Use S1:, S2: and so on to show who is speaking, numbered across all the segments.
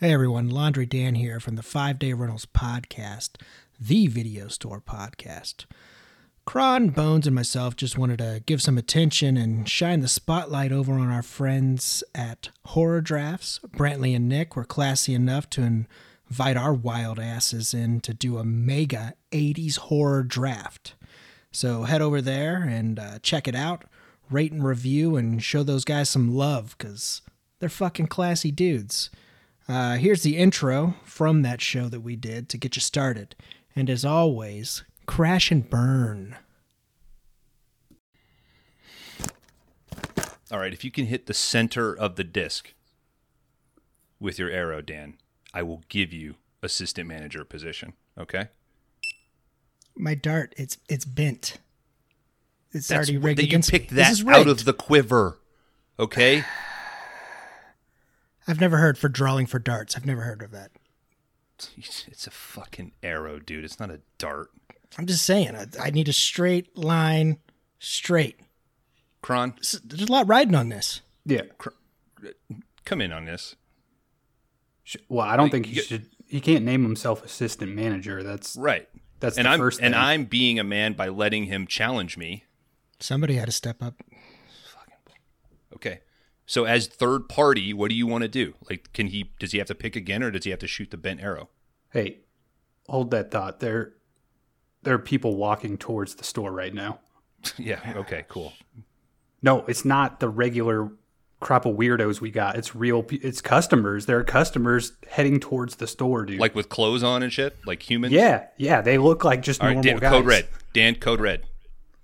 S1: Hey everyone, Laundry Dan here from the Five Day Rentals Podcast, the video store podcast. Cron, Bones, and myself just wanted to give some attention and shine the spotlight over on our friends at Horror Drafts. Brantley and Nick were classy enough to invite our wild asses in to do a mega 80s horror draft. So head over there and uh, check it out, rate and review, and show those guys some love because they're fucking classy dudes. Uh, here's the intro from that show that we did to get you started. And as always, crash and burn.
S2: All right, if you can hit the center of the disc with your arrow, Dan, I will give you assistant manager position. Okay.
S1: My dart, it's it's bent. It's
S2: That's
S1: already
S2: what-
S1: rigged
S2: that you
S1: against
S2: picked
S1: me.
S2: that
S1: this is
S2: out
S1: rigged.
S2: of the quiver. Okay.
S1: I've never heard for drawing for darts. I've never heard of that.
S2: Jeez, It's a fucking arrow, dude. It's not a dart.
S1: I'm just saying, I, I need a straight line, straight.
S2: Kron,
S1: S- There's a lot riding on this.
S3: Yeah.
S2: come in on this.
S3: Sh- Well, I don't think he
S2: you-
S3: should. He can't name himself assistant manager. That's
S2: Right.
S3: that's
S2: and
S3: the
S2: I'm
S3: first
S2: and
S3: thing.
S2: I'm being a man by letting him challenge me.
S1: Somebody had to step up.
S2: Okay. So as third party, what do you want to do? Like can he does he have to pick again or does he have to shoot the bent arrow?
S3: hey, hold that thought. There, there are people walking towards the store right now.
S2: yeah, okay, cool.
S3: No, it's not the regular crop of weirdos we got. It's real. pe- It's customers. There are customers heading towards the store, dude.
S2: Like with clothes on and shit? Like humans?
S3: yeah, yeah, they look like just
S2: All right,
S1: Oh
S3: normal
S2: Dan,
S3: guys.
S2: code red. Dan, code red.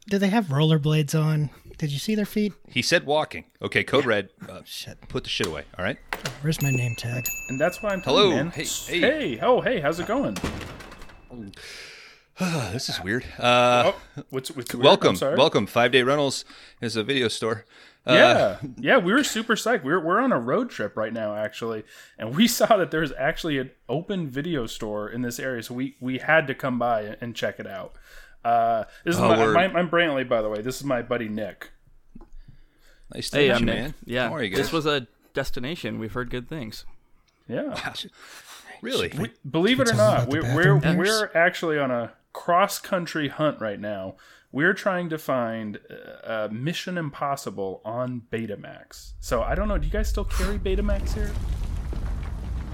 S1: Do they have rollerblades on? Did you see their feet?
S2: He said walking. Okay, code red. Uh,
S4: Oh,
S1: Shit.
S2: put the shit away. All right.
S1: Where's my name tag?
S5: And that's why I'm
S2: Hello.
S5: playing, man.
S2: Hey, hey.
S5: hey, oh, hey, how's it going?
S4: Oh,
S2: this is weird. Uh,
S5: Oh, what's what's weird?
S2: welcome,
S5: I'm sorry.
S2: welcome. Five Day Rentals is a video store. Uh,
S5: Yeah, yeah, we were super psyched. We're we're on a road trip right now, actually, and we saw that there's actually an open video store in this area, so we we had to come by and check it out. Uh, this is
S2: Oh,
S5: my,
S2: word.
S5: my I'm Brantley, by the way. This is my buddy Nick.
S2: Nice to
S4: Hey,
S2: meet
S4: I'm
S2: you,
S4: Nick.
S2: man.
S4: Yeah,
S2: How are you guys?
S4: this was a destination. We've heard good things.
S5: Yeah,
S2: really.
S5: we, believe it or
S1: tell them
S5: not,
S1: about the
S5: we're we're,
S1: bathroom
S5: we're actually on a cross country hunt right now. We're trying to find uh, uh, Mission Impossible on Betamax. So I don't know. Do you guys still carry Betamax here?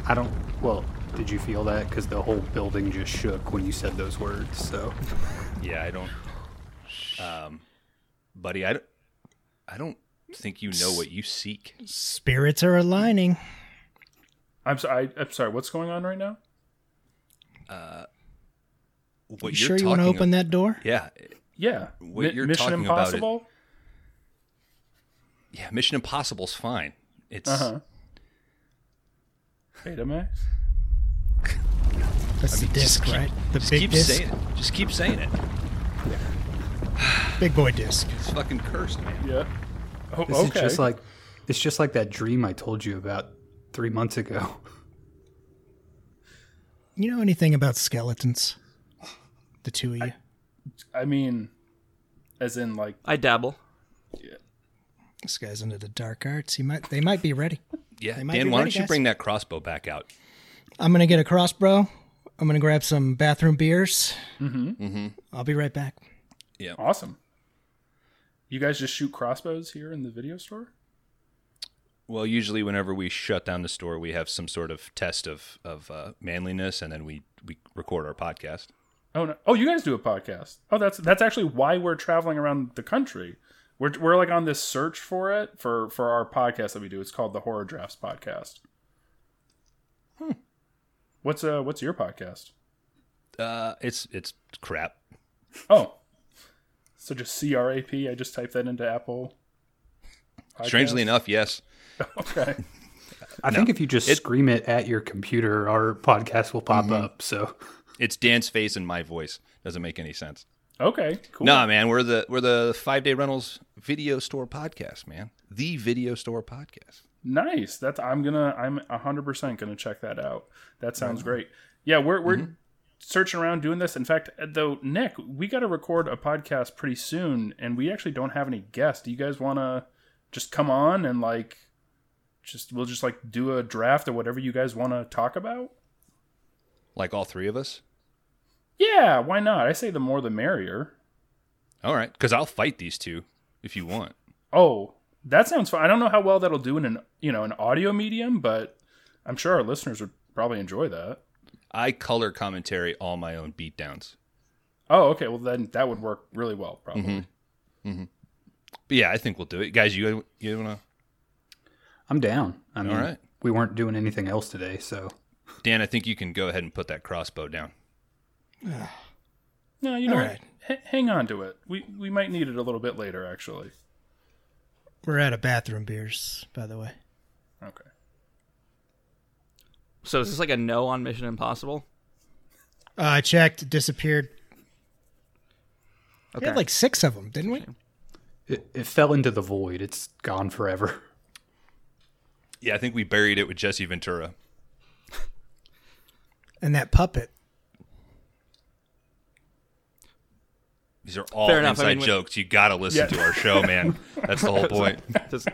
S3: I don't. Well, did you feel that? Because the whole building just shook when you said those words. So
S2: Yeah, I don't. Um, buddy, I don't. I don't think you know what you seek.
S1: Spirits are aligning.
S5: I'm sorry. I, I'm sorry. What's going on right now?
S2: What
S1: You
S2: you're
S1: sure you want
S2: talking
S1: to open
S2: ab-
S1: that door?
S2: Yeah,
S5: Yeah,
S2: What
S5: Mi-
S2: you're
S5: Mission
S2: talking about it-
S5: Impossible.
S2: yeah. Mission Impossible's fine. It's.
S5: uh-huh. Betamax.
S1: That's the disc,
S2: keep-
S1: right? The
S2: Just
S1: big
S2: keep
S1: disc,
S2: saying it. Just keep saying it.
S1: big boy disc.
S2: It's fucking cursed, man.
S5: Yeah. Oh,
S3: this
S5: okay.
S3: is just like it's just like that dream I told you about three months ago.
S1: You know anything about skeletons? The two of you.
S5: I mean, as in like
S4: I dabble.
S1: this guy's into the dark arts. He might. They might be ready.
S2: Yeah,
S1: might
S2: Dan,
S1: be
S2: why
S1: ready,
S2: don't you
S1: guys.
S2: bring that crossbow back out?
S1: I'm gonna get a crossbow. I'm gonna grab some bathroom beers. Mm-hmm. mm-hmm. I'll be right back.
S5: awesome. You guys just shoot crossbows here in the video store?
S2: Well, usually whenever we shut down the store, we have some sort of test of of uh, manliness, and then we we record our podcast.
S5: Oh no! Oh, you guys do a podcast. Oh, that's that's actually why we're traveling around the country. We're, we're like on this search for it for for our podcast that we do. It's called the Horror Drafts Podcast. What's uh What's your podcast?
S2: Uh, it's it's crap.
S5: Oh, so just C R A P. I just typed that into Apple.
S2: Strangely
S5: Podcast.
S2: enough, yes.
S5: Okay.
S3: I think if you just scream it at your computer, our podcast will pop up. So
S2: It's Dan's face and my voice. Doesn't make any sense.
S5: Okay. Cool.
S2: Nah, man, we're the we're the five day rentals video store podcast, man. The video store podcast.
S5: Nice. That's I'm gonna I'm hundred percent gonna check that out. That sounds great. Yeah, we're we're searching around doing this. In fact, uh, though, Nick, we got to record a podcast pretty soon, and we actually don't have any guests. Do you guys want to just come on and like just we'll just like do a draft or whatever you guys want to talk about.
S2: Like all three of us?
S5: Yeah, why not? I say the more the merrier.
S2: All right, because I'll fight these two if you want.
S5: Oh, that sounds fun. I don't know how well that'll do in an you know an audio medium, but I'm sure our listeners would probably enjoy that.
S2: I color commentary all my own beatdowns.
S5: Oh, okay. Well, then that would work really well, probably.
S1: Mm-hmm.
S2: But yeah, I think we'll do it, guys. You you wanna?
S3: I'm down. I mean,
S2: right.
S3: we weren't doing anything else today, so
S2: Dan, I think you can go ahead and put that crossbow down.
S5: No, you know,
S1: All
S5: what?
S1: right.
S5: H- hang on to it. We we might need it a little bit later, actually.
S1: We're out of bathroom beers, by the way.
S5: Okay.
S4: So is this like a no on Mission Impossible?
S1: Uh, I checked, it disappeared. We
S4: Okay.
S1: had like six of them, didn't we?
S3: it, it fell into the void. It's gone forever.
S2: Yeah, I think we buried it with Jesse Ventura.
S1: And that puppet.
S2: These are all
S4: Fair enough, I
S2: inside
S4: mean, we-
S2: jokes. You gotta listen
S5: Yeah.
S2: to our show, man. That's the whole point.
S4: Does-